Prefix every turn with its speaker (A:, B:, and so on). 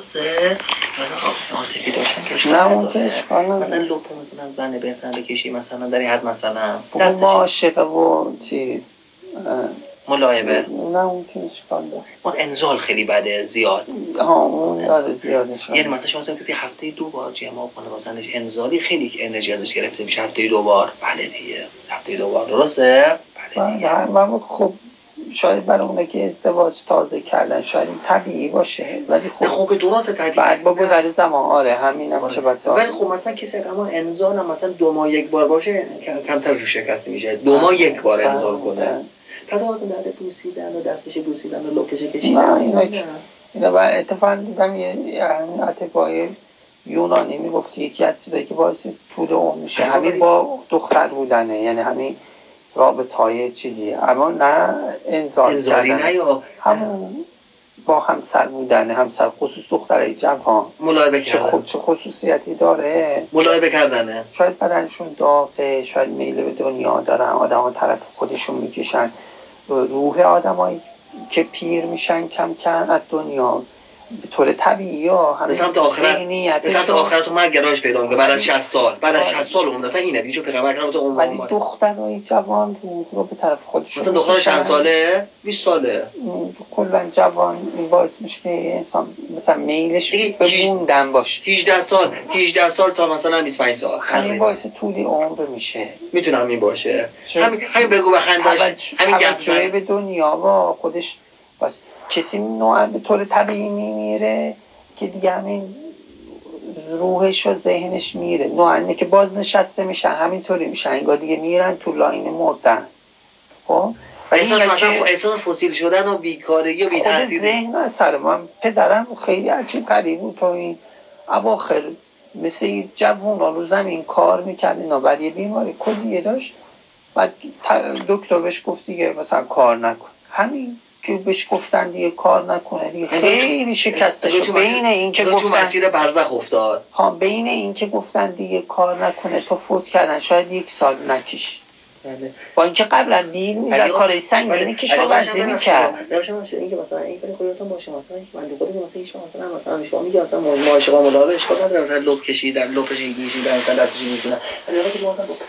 A: درسته مثلا آب عاطفی داشتن که
B: نه، اون که اشکال نداره.
A: مثلا لپو مثلا زن به زن بکشی مثلا در این حد مثلا
B: اون
A: دستش
B: عاشقه و چیز اه،
A: ملاعبه
B: نه اون که اشکال داره
A: اون انزال خیلی بده زیاد
B: ها اون یاد زیاده شد
A: یعنی مثلا شما مثلا کسی هفته دو بار جمع کنه مثلا انزالی خیلی که انرژی ازش گرفته میشه هفته دو بار بله دیگه هفته دو بار درسته بله
B: بله،
A: دیگه
B: هر- من خب شاید برای اونه که ازدواج تازه کردن شاید این طبیعی باشه ولی
A: نه
B: خب
A: خب که درسته طبیعی
B: بعد با
A: نه.
B: گذر زمان آره همین هم چه بسا
A: ولی خب مثلا کسی که اما انزال هم مثلا دو ماه یک بار باشه کم- کمتر رو شکسته میشه دو ماه یک بار انزال
B: آره.
A: کنه پس اون که درد بوسیدن و دستش بوسیدن و لپش
B: نه،
A: کشیدن
B: اینا
A: نه.
B: که- اینا و اتفاقا دیدم یه یه اتفاقی یونانی میگفت که یکی از چیزایی که باعث طول عمر میشه همین با دختر بودنه یعنی همین رابطه های چیزی اما نه انزال
A: انزالی
B: کردن
A: نه یا
B: همون با همسر بودنه همسر خصوص دخترای جوان
A: ملاعبه
B: چه
A: کردن
B: خوب چه خصوصیتی داره
A: ملاعبه کردنه
B: شاید بدنشون داغه شاید میل به دنیا دارن آدم ها طرف خودشون میکشن روح آدمایی که پیر میشن کم کم از دنیا به طور طبیعی ها
A: به سمت آخرت به سمت
B: خب.
A: آخرت مرگ گرایش پیدا میکنه بعد از 60 سال بعد از 60 سال عمدتا اینه دیگه چون پیغمبر اکرم تو عمر
B: ولی
A: عمر.
B: دخترای جوان روح رو به طرف خودشون
A: مثلا دختر
B: میکشن.
A: چند ساله 20 ساله
B: این کلا جوان این باعث میشه که یه انسان مثلا میلش
A: دیگه
B: به
A: هیچ-
B: موندن باشه
A: 18 سال 18 سال تا مثلا 25 سال
B: همین باعث طول عمر میشه
A: میتونه همین باشه
B: چه-
A: همین همین بگو بخند داشت
B: توجه
A: همین گپ
B: توجه
A: زن.
B: به دنیا و خودش باز کسی نوعا به طور طبیعی میمیره که دیگه همین روحش و ذهنش میره نوعا اینه که باز نشسته میشن همینطوری میشن انگار دیگه میرن تو لاین مردن خب ولی
A: احساس
B: اینا
A: مثلا
B: که
A: احساس فسیل شدن و بیکارگی و
B: خود
A: بی‌تاثیری
B: ذهن خب، از سر من پدرم خیلی عجیب قریب بود تو این اواخر مثل جوون ها رو زمین کار میکرد اینا بعد یه بیماری کلیه داشت بعد ت- دکتر بهش گفت دیگه مثلا کار نکن همین که بهش گفتن دیگه کار نکنه دیگه
A: انگار تو-
B: خیلی شکسته
A: انگار
B: شد
A: تو
B: یعنی بین این که
A: انگار تو
B: گفتن
A: مسیر برزخ افتاد
B: ها بین این که گفتن دیگه کار نکنه تا فوت کردن شاید یک سال نکش
A: بله.
B: با اینکه قبلا بیل میزد
A: علی-
B: کارای سنگینی
A: ولی-
B: یعنی کشاورزی
A: ولی-
B: میکرد
A: ببخشید، ببخشید، اینکه مثلا این کار خودتون باشه مثلا اینکه بنده خدا که مثلا هیچ وقت مثلا مثلا شما میگه مثلا ما عاشقا ملاقه اشکال نداره مثلا لب کشیدن لپش کشیدن مثلا دستش میسونه ولی وقتی ما مثلا